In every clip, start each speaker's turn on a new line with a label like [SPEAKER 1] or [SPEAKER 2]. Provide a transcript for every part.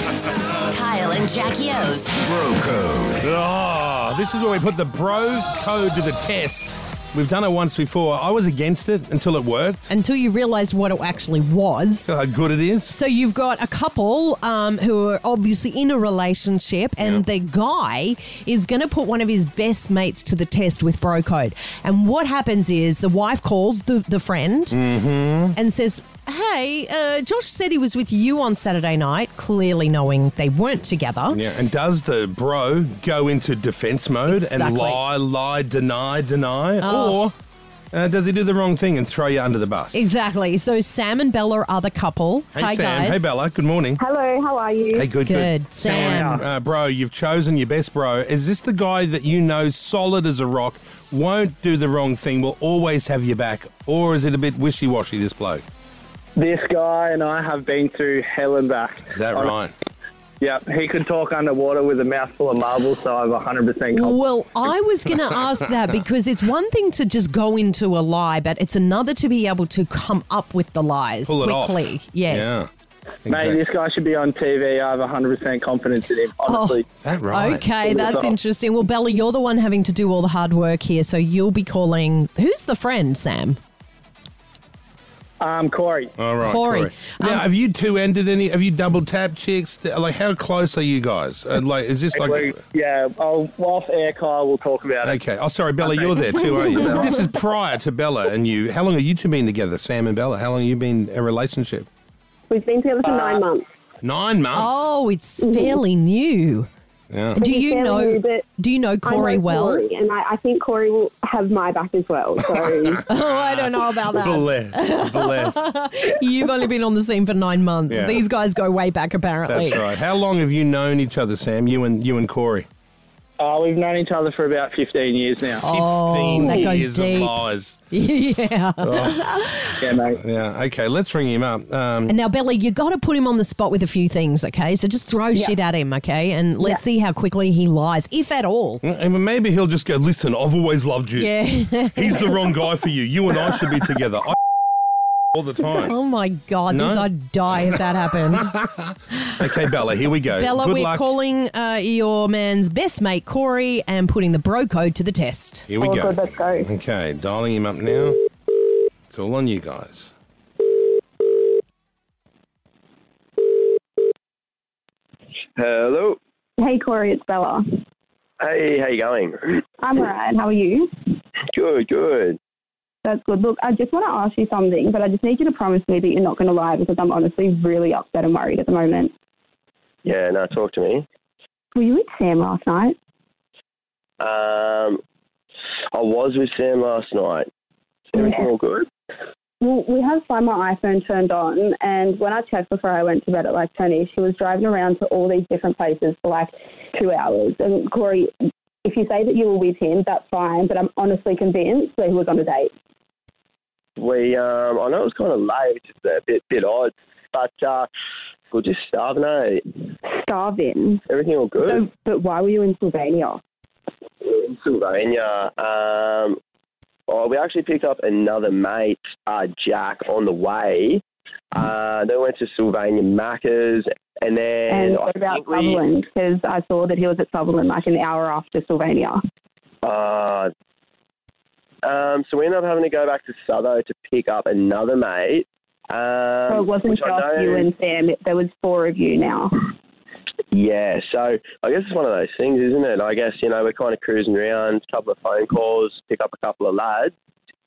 [SPEAKER 1] Kyle and Jackie O's
[SPEAKER 2] Bro code.
[SPEAKER 3] Oh, this is where we put the bro code to the test. We've done it once before. I was against it until it worked.
[SPEAKER 4] until you realised what it actually was.
[SPEAKER 3] So how good it is.
[SPEAKER 4] So you've got a couple um, who are obviously in a relationship, and the guy is going to put one of his best mates to the test with bro code. And what happens is the wife calls the the friend
[SPEAKER 3] Mm-hmm.
[SPEAKER 4] and says. Hey, uh, Josh said he was with you on Saturday night, clearly knowing they weren't together.
[SPEAKER 3] Yeah, and does the bro go into defense mode and
[SPEAKER 4] Exactly. Ah.
[SPEAKER 3] lie, lie, deny, deny? Or uh, does he do the wrong thing and throw you under the bus?
[SPEAKER 4] Exactly. So Sam and Bella are the couple.
[SPEAKER 3] Hey,
[SPEAKER 4] Hi,
[SPEAKER 3] Sam.
[SPEAKER 4] guys.
[SPEAKER 3] Hey, Bella. Good morning.
[SPEAKER 5] Hello, how are you?
[SPEAKER 3] Hey, good, good.
[SPEAKER 4] Good. Sam.
[SPEAKER 3] Uh, bro, you've chosen your best bro. Is this the guy that you know solid as a rock, won't do the wrong thing, will always have your back? Or is it a bit wishy washy, this bloke?
[SPEAKER 6] This guy and I have been through hell and back.
[SPEAKER 3] Is that
[SPEAKER 6] I-
[SPEAKER 3] right?
[SPEAKER 6] Yep, he could talk underwater with a mouthful of marbles, so I'm 100% confident.
[SPEAKER 4] Well, I was going to ask that because it's one thing to just go into a lie, but it's another to be able to come up with the lies
[SPEAKER 3] Pull it off.
[SPEAKER 4] quickly. Yes.
[SPEAKER 3] Yeah.
[SPEAKER 6] Mate,
[SPEAKER 3] Exactly.
[SPEAKER 6] this guy should be on TV. I have 100% confidence in him, honestly.
[SPEAKER 3] Is that right?
[SPEAKER 4] Okay,
[SPEAKER 6] Pull it
[SPEAKER 4] that's
[SPEAKER 6] off.
[SPEAKER 4] interesting. Well, Bella, you're the one having to do all the hard work here, so you'll be calling. Who's the friend, Sam?
[SPEAKER 6] Um, Corey,
[SPEAKER 3] All right, Corey.
[SPEAKER 4] Corey.
[SPEAKER 3] Now,
[SPEAKER 4] Um,
[SPEAKER 3] have you two ended any? Have you double tap chicks? Th- Like, how close are you guys? Uh, like, is this
[SPEAKER 6] we,
[SPEAKER 3] like?
[SPEAKER 6] yeah, I'll, off air, Kyle, we'll talk about it.
[SPEAKER 3] Okay. Oh, sorry, Bella, you're there too, are you? this is prior to Bella and you. How long have you two been together, Sam and Bella? How long have you been in a relationship?
[SPEAKER 5] We've been together for
[SPEAKER 4] Uh,
[SPEAKER 5] nine months.
[SPEAKER 3] Nine months.
[SPEAKER 4] oh, it's fairly new.
[SPEAKER 3] Yeah.
[SPEAKER 4] Do you
[SPEAKER 5] fairly new,
[SPEAKER 4] know?
[SPEAKER 5] but
[SPEAKER 4] Do you know
[SPEAKER 5] I know
[SPEAKER 4] Corey well?
[SPEAKER 5] Corey, and I, I think Corey will have my back as well. So
[SPEAKER 4] Oh, I don't know about that.
[SPEAKER 3] Bless, bless.
[SPEAKER 4] You've only been on the scene for nine months.
[SPEAKER 3] Yeah.
[SPEAKER 4] These guys go way back, apparently.
[SPEAKER 3] That's right. How long have you known each other, Sam? You and you and Corey.
[SPEAKER 6] Uh, we've known each other for about 15 years now.
[SPEAKER 4] Oh,
[SPEAKER 3] Fifteen
[SPEAKER 4] that goes
[SPEAKER 3] years
[SPEAKER 4] deep.
[SPEAKER 3] of lies.
[SPEAKER 4] yeah.
[SPEAKER 6] Yeah, mate.
[SPEAKER 3] Yeah. Okay. Let's ring him up. Um,
[SPEAKER 4] And now, Bella, you got to put him on the spot with a few things, okay? So just throw shit at him, okay? And let's see how quickly he lies, if at all.
[SPEAKER 3] and maybe he'll just go. Listen, I've always loved you.
[SPEAKER 4] Yeah.
[SPEAKER 3] He's the wrong guy for you. You and I should be together. I all the time.
[SPEAKER 4] oh my God,
[SPEAKER 3] No.
[SPEAKER 4] this, I'd die if that happened.
[SPEAKER 3] Okay, Bella, here we go.
[SPEAKER 4] Bella,
[SPEAKER 3] Good
[SPEAKER 4] we're
[SPEAKER 3] luck.
[SPEAKER 4] calling uh, your man's best mate, Corey, and putting the bro code to the test.
[SPEAKER 3] here we
[SPEAKER 5] Oh,
[SPEAKER 3] go.
[SPEAKER 5] good, let's go.
[SPEAKER 3] Okay, dialing him up now. It's all on you guys.
[SPEAKER 7] Hello.
[SPEAKER 5] hey, Corey, it's Bella.
[SPEAKER 7] Hey, how you going?
[SPEAKER 5] I'm alright. How are you?
[SPEAKER 7] Good, good.
[SPEAKER 5] That's good. Look, I just want to ask you something, but I just need you to promise me that you're not going to lie because I'm honestly really upset and worried at the moment.
[SPEAKER 7] Yeah, no, talk to me.
[SPEAKER 5] Were you with Sam last night?
[SPEAKER 7] Um, I was with Sam last night. Everything all good?
[SPEAKER 5] Well, we have Find My iPhone turned on, and when I checked before I went to bed at like 10 ish, she was driving around to all these different places for like two hours. And Corey, if you say that you were with him, that's fine, but I'm honestly convinced that he was on a date.
[SPEAKER 7] We, um, I know it was kind of late, which is a bit, bit odd, but uh, we're just starving, eh?
[SPEAKER 5] Starving.
[SPEAKER 7] Everything all good?
[SPEAKER 5] So, but why were you in Slovenia?
[SPEAKER 7] In Sylvania, um, oh, we actually picked up another mate, uh, Jack, on the way. Uh, then went to Sylvania Macca's, and then
[SPEAKER 5] And
[SPEAKER 7] I
[SPEAKER 5] what about
[SPEAKER 7] think we-
[SPEAKER 5] Sutherland? Because I saw that he was at Sutherland like an hour after Sylvania.
[SPEAKER 7] Uh, um, so we ended up having to go back to Southo to pick up another mate. Um,
[SPEAKER 5] so it wasn't
[SPEAKER 7] which I
[SPEAKER 5] just
[SPEAKER 7] know-
[SPEAKER 5] you and Sam. There was four of you now.
[SPEAKER 7] Yeah, so I guess it's one of those things, isn't it? I guess, you know, we're kind of cruising around, couple of phone calls, pick up a couple of lads.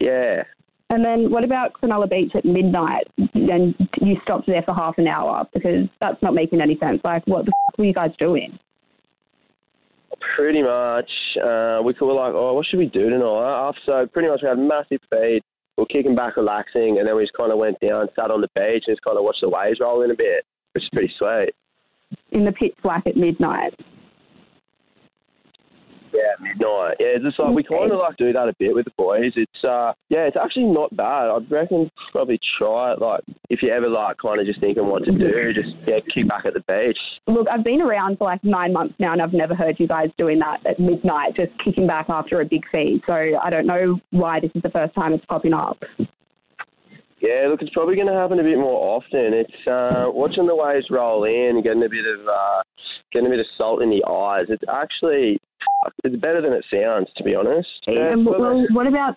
[SPEAKER 7] Yeah.
[SPEAKER 5] And then what about Cronulla Beach at midnight? And you stopped there for half an hour because that's not making any sense. Like, what the f- were you guys doing?
[SPEAKER 7] Pretty much. Uh, we were like, oh, what should we do tonight? After, so pretty much we had a massive feed. We're kicking back, relaxing, and then we just kind of went down, sat on the beach, and just kind of watched the waves roll in a bit, which is pretty sweet.
[SPEAKER 5] In the pitch black at midnight.
[SPEAKER 7] Yeah, midnight. Yeah, it's just like we kind of like do that a bit with the boys. It's uh, yeah, it's actually not bad. I reckon probably try it. Like if you ever like kind of just thinking what to do, just yeah, kick back at the beach.
[SPEAKER 5] Look, I've been around for like nine months now and I've never heard you guys doing that at midnight, just kicking back after a big feed. So I don't know why this is the first time it's popping up.
[SPEAKER 7] Yeah, look, it's probably going to happen a bit more often. It's uh, watching the waves roll in, and getting a bit of uh, getting a bit of salt in the eyes. It's actually it's better than it sounds, to be honest.
[SPEAKER 5] And well, what about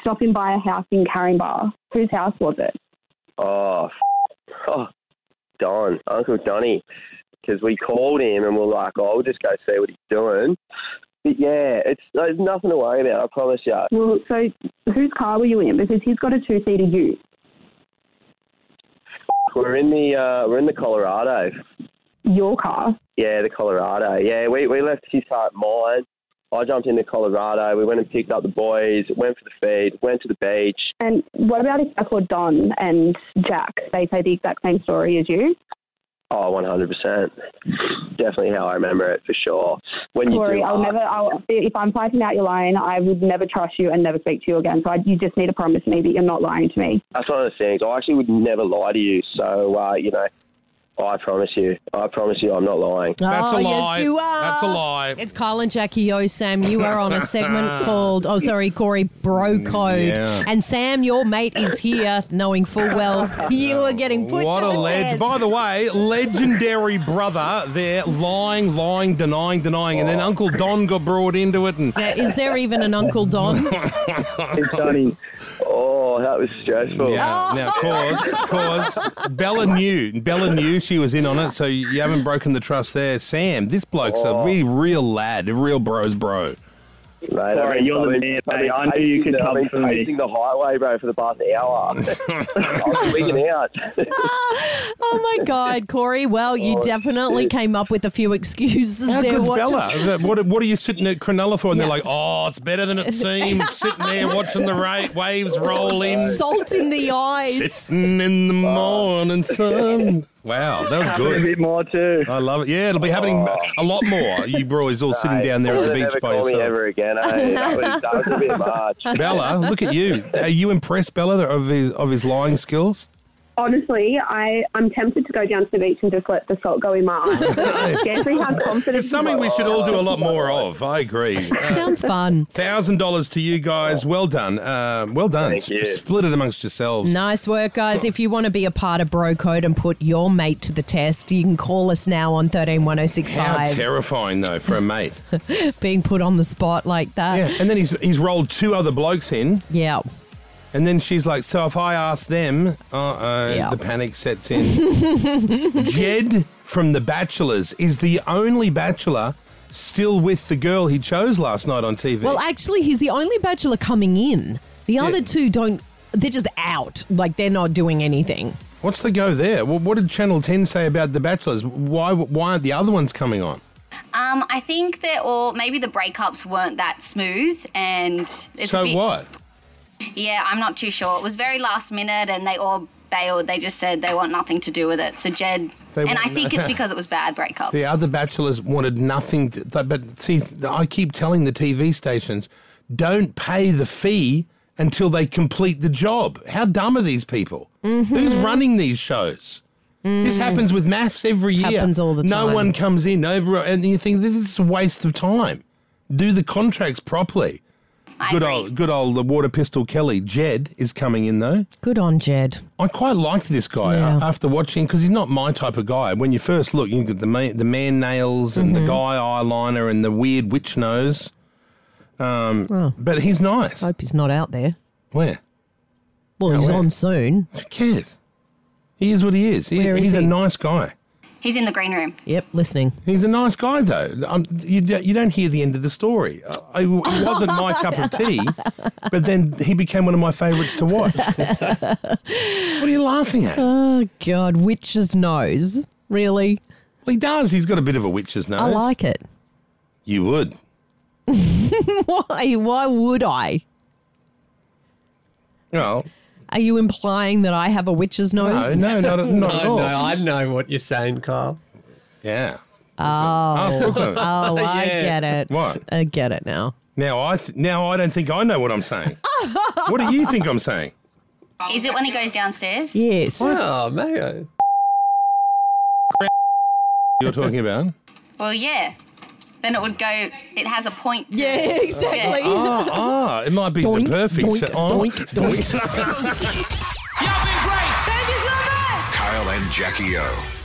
[SPEAKER 5] stopping by a house in Caringbah? Whose house was it?
[SPEAKER 7] Oh, f- oh, Don, Uncle Donny. Because we called him and we're like, oh, we'll just go see what he's doing. But yeah, it's there's nothing to worry about, I promise you.
[SPEAKER 5] Well, so whose car were you in? Because he's got a two-seater ute.
[SPEAKER 7] We're in the uh, we're in the Colorado.
[SPEAKER 5] Your car.
[SPEAKER 7] Yeah, the Colorado. Yeah, we, we left his car at mine. I jumped into Colorado. We went and picked up the boys, went for the feed, went to the beach.
[SPEAKER 5] And what about if I called Don and Jack? They say the exact same story as you.
[SPEAKER 7] Oh, 100%. Definitely how I remember it for sure. When you
[SPEAKER 5] Corey,
[SPEAKER 7] do
[SPEAKER 5] I'll
[SPEAKER 7] ask-
[SPEAKER 5] never. I'll, if I'm fighting out your line, I would never trust you and never speak to you again. So I, you just need to promise me that you're not lying to me.
[SPEAKER 7] That's one of the things. I actually would never lie to you. So, uh, you know, I promise you. I promise you I'm not lying.
[SPEAKER 3] That's
[SPEAKER 4] oh,
[SPEAKER 3] a lie.
[SPEAKER 4] Yes, you are.
[SPEAKER 3] That's a lie.
[SPEAKER 4] It's Kyle and Jackie O. Sam, you are on a segment called, oh, sorry, Corey, Bro Code.
[SPEAKER 3] Mm, Yeah.
[SPEAKER 4] And Sam, your mate is here, knowing full well you are getting put
[SPEAKER 3] what
[SPEAKER 4] to
[SPEAKER 3] a
[SPEAKER 4] the
[SPEAKER 3] legend!
[SPEAKER 4] test.
[SPEAKER 3] By the way, legendary brother there, lying, lying, denying, denying, and then Uncle Don got brought into it, and
[SPEAKER 4] Now, is there even an Uncle Don?
[SPEAKER 6] It's Donny.
[SPEAKER 7] Oh, that was stressful.
[SPEAKER 3] yeah. Now, cause, cause Bella knew, Bella knew she was in on it, so you haven't broken the trust there, Sam. This bloke's a really real lad, a real bro's bro.
[SPEAKER 7] Mate, I've
[SPEAKER 6] Sorry,
[SPEAKER 7] been-
[SPEAKER 6] you're the
[SPEAKER 7] I've been-
[SPEAKER 6] man,
[SPEAKER 7] I've
[SPEAKER 6] mate.
[SPEAKER 7] been
[SPEAKER 6] I knew you could
[SPEAKER 7] pacing- I've
[SPEAKER 6] come
[SPEAKER 7] been
[SPEAKER 6] for me.
[SPEAKER 7] pacing the highway, bro, for the past hour. I was wigging out.
[SPEAKER 4] oh my God, Corey. Well, you definitely came up with a few excuses
[SPEAKER 3] Oh, How
[SPEAKER 4] there.
[SPEAKER 3] good's
[SPEAKER 4] What-
[SPEAKER 3] Bella? What, what are you sitting at Cronulla for? And
[SPEAKER 4] Yeah.
[SPEAKER 3] they're like, oh, it's better than it seems. sitting there watching the ra- waves roll in.
[SPEAKER 4] Salt in the eyes.
[SPEAKER 3] Sitting in the morning sun. Wow, that was
[SPEAKER 6] A
[SPEAKER 3] good.
[SPEAKER 6] bit more too.
[SPEAKER 3] I love it. Yeah, it'll be happening a lot more. You boys all sitting down there at the
[SPEAKER 7] Never
[SPEAKER 3] beach by
[SPEAKER 7] call me
[SPEAKER 3] yourself.
[SPEAKER 7] ever again. eh? That was, that was a bit much.
[SPEAKER 3] Bella, look at you. Are you impressed, Bella, of his of his lying skills?
[SPEAKER 5] Honestly, I I'm tempted to go down to the beach and just let the salt go in my eyes. Scarcely have confidence.
[SPEAKER 3] It's something we should all do a lot more of. I agree.
[SPEAKER 4] Sounds fun.
[SPEAKER 3] Thousand dollars to you guys. Well done. Uh, well done.
[SPEAKER 7] Thank you.
[SPEAKER 3] Split it amongst yourselves.
[SPEAKER 4] Nice work, guys. If you want to be a part of Bro Code and put your mate to the test, you can call us now on
[SPEAKER 3] How
[SPEAKER 4] 131065.
[SPEAKER 3] terrifying though for a mate.
[SPEAKER 4] Being put on the spot like that.
[SPEAKER 3] Yeah. And then he's he's rolled two other blokes in.
[SPEAKER 4] Yeah.
[SPEAKER 3] And then she's like, "So if I ask them, uh oh,
[SPEAKER 4] Yeah.
[SPEAKER 3] the panic sets in." Jed from The Bachelors is the only bachelor still with the girl he chose last night on TV.
[SPEAKER 4] Well, actually, he's the only bachelor coming in. The other two don't, they're just out. Like, they're not doing anything.
[SPEAKER 3] What's the go there? Well, what did Channel Ten say about The Bachelors? Why why aren't the other ones coming on?
[SPEAKER 2] Um, I think that, or maybe the breakups weren't that smooth, and it's
[SPEAKER 3] so
[SPEAKER 2] a bit,
[SPEAKER 3] what?
[SPEAKER 2] Yeah, I'm not too sure. It was very last minute, and they all bailed. They just said they want nothing to do with it. So Jed,
[SPEAKER 3] They
[SPEAKER 2] and I
[SPEAKER 3] want-
[SPEAKER 2] think it's because it was bad breakups.
[SPEAKER 3] The other bachelors wanted nothing. To, but- but see, I keep telling the TV stations, don't pay the fee until they complete the job. How dumb are these people? Who's running these shows? This happens with maths every year.
[SPEAKER 4] Happens all the
[SPEAKER 3] No
[SPEAKER 4] time.
[SPEAKER 3] one comes in over, and you think this is a waste of time. Do the contracts properly.
[SPEAKER 2] I
[SPEAKER 3] Good
[SPEAKER 2] agree.
[SPEAKER 3] old, good old, the water pistol Kelly Jed is coming in though.
[SPEAKER 4] Good on Jed.
[SPEAKER 3] I quite liked this guy
[SPEAKER 4] Yeah.
[SPEAKER 3] a- after watching because he's not my type of guy. When you first look, you get the man, the man nails and
[SPEAKER 4] Mm-hmm.
[SPEAKER 3] the guy eyeliner and the weird witch nose. Um, But he's nice.
[SPEAKER 4] Hope he's not out there.
[SPEAKER 3] Where?
[SPEAKER 4] Well,
[SPEAKER 3] Yeah,
[SPEAKER 4] he's
[SPEAKER 3] where?
[SPEAKER 4] on soon.
[SPEAKER 3] Who cares? He is what he is. He-
[SPEAKER 4] Where is
[SPEAKER 3] he's a
[SPEAKER 4] he?
[SPEAKER 3] nice guy.
[SPEAKER 2] He's in the green room.
[SPEAKER 4] Yep, listening.
[SPEAKER 3] He's a nice guy, though. Um, you, d- you don't hear the end of the story. Uh, I- it wasn't my cup of tea, but then he became one of my favourites to watch. what are you laughing at?
[SPEAKER 4] Oh, God. Witch's nose. Really?
[SPEAKER 3] He does. He's got a bit of a witch's nose.
[SPEAKER 4] I like it.
[SPEAKER 3] You would.
[SPEAKER 4] Why? Why would I?
[SPEAKER 3] Well,
[SPEAKER 4] Are you implying that I have a witch's
[SPEAKER 3] No,
[SPEAKER 4] nose?
[SPEAKER 3] no, not, at- not at
[SPEAKER 8] I
[SPEAKER 3] all.
[SPEAKER 8] know, I know what you're saying, Kyle.
[SPEAKER 3] Yeah. Oh. Ask Brooklyn.
[SPEAKER 4] Oh, I
[SPEAKER 8] Yeah.
[SPEAKER 4] get it.
[SPEAKER 3] What?
[SPEAKER 4] I get it now.
[SPEAKER 3] Now I th- now I don't think I know what I'm saying. what do you think I'm saying?
[SPEAKER 2] Is it when he goes downstairs?
[SPEAKER 4] Yes.
[SPEAKER 8] Oh, mate.
[SPEAKER 3] You're talking about?
[SPEAKER 2] Well, yeah. Then it would go. It has a point. To
[SPEAKER 4] Yeah,
[SPEAKER 2] it.
[SPEAKER 4] exactly.
[SPEAKER 3] Ah, ah, it might be Oh, the perfect.
[SPEAKER 4] doink,
[SPEAKER 3] so- oh.
[SPEAKER 4] doink, doink.
[SPEAKER 9] Yummy! and Jackie O.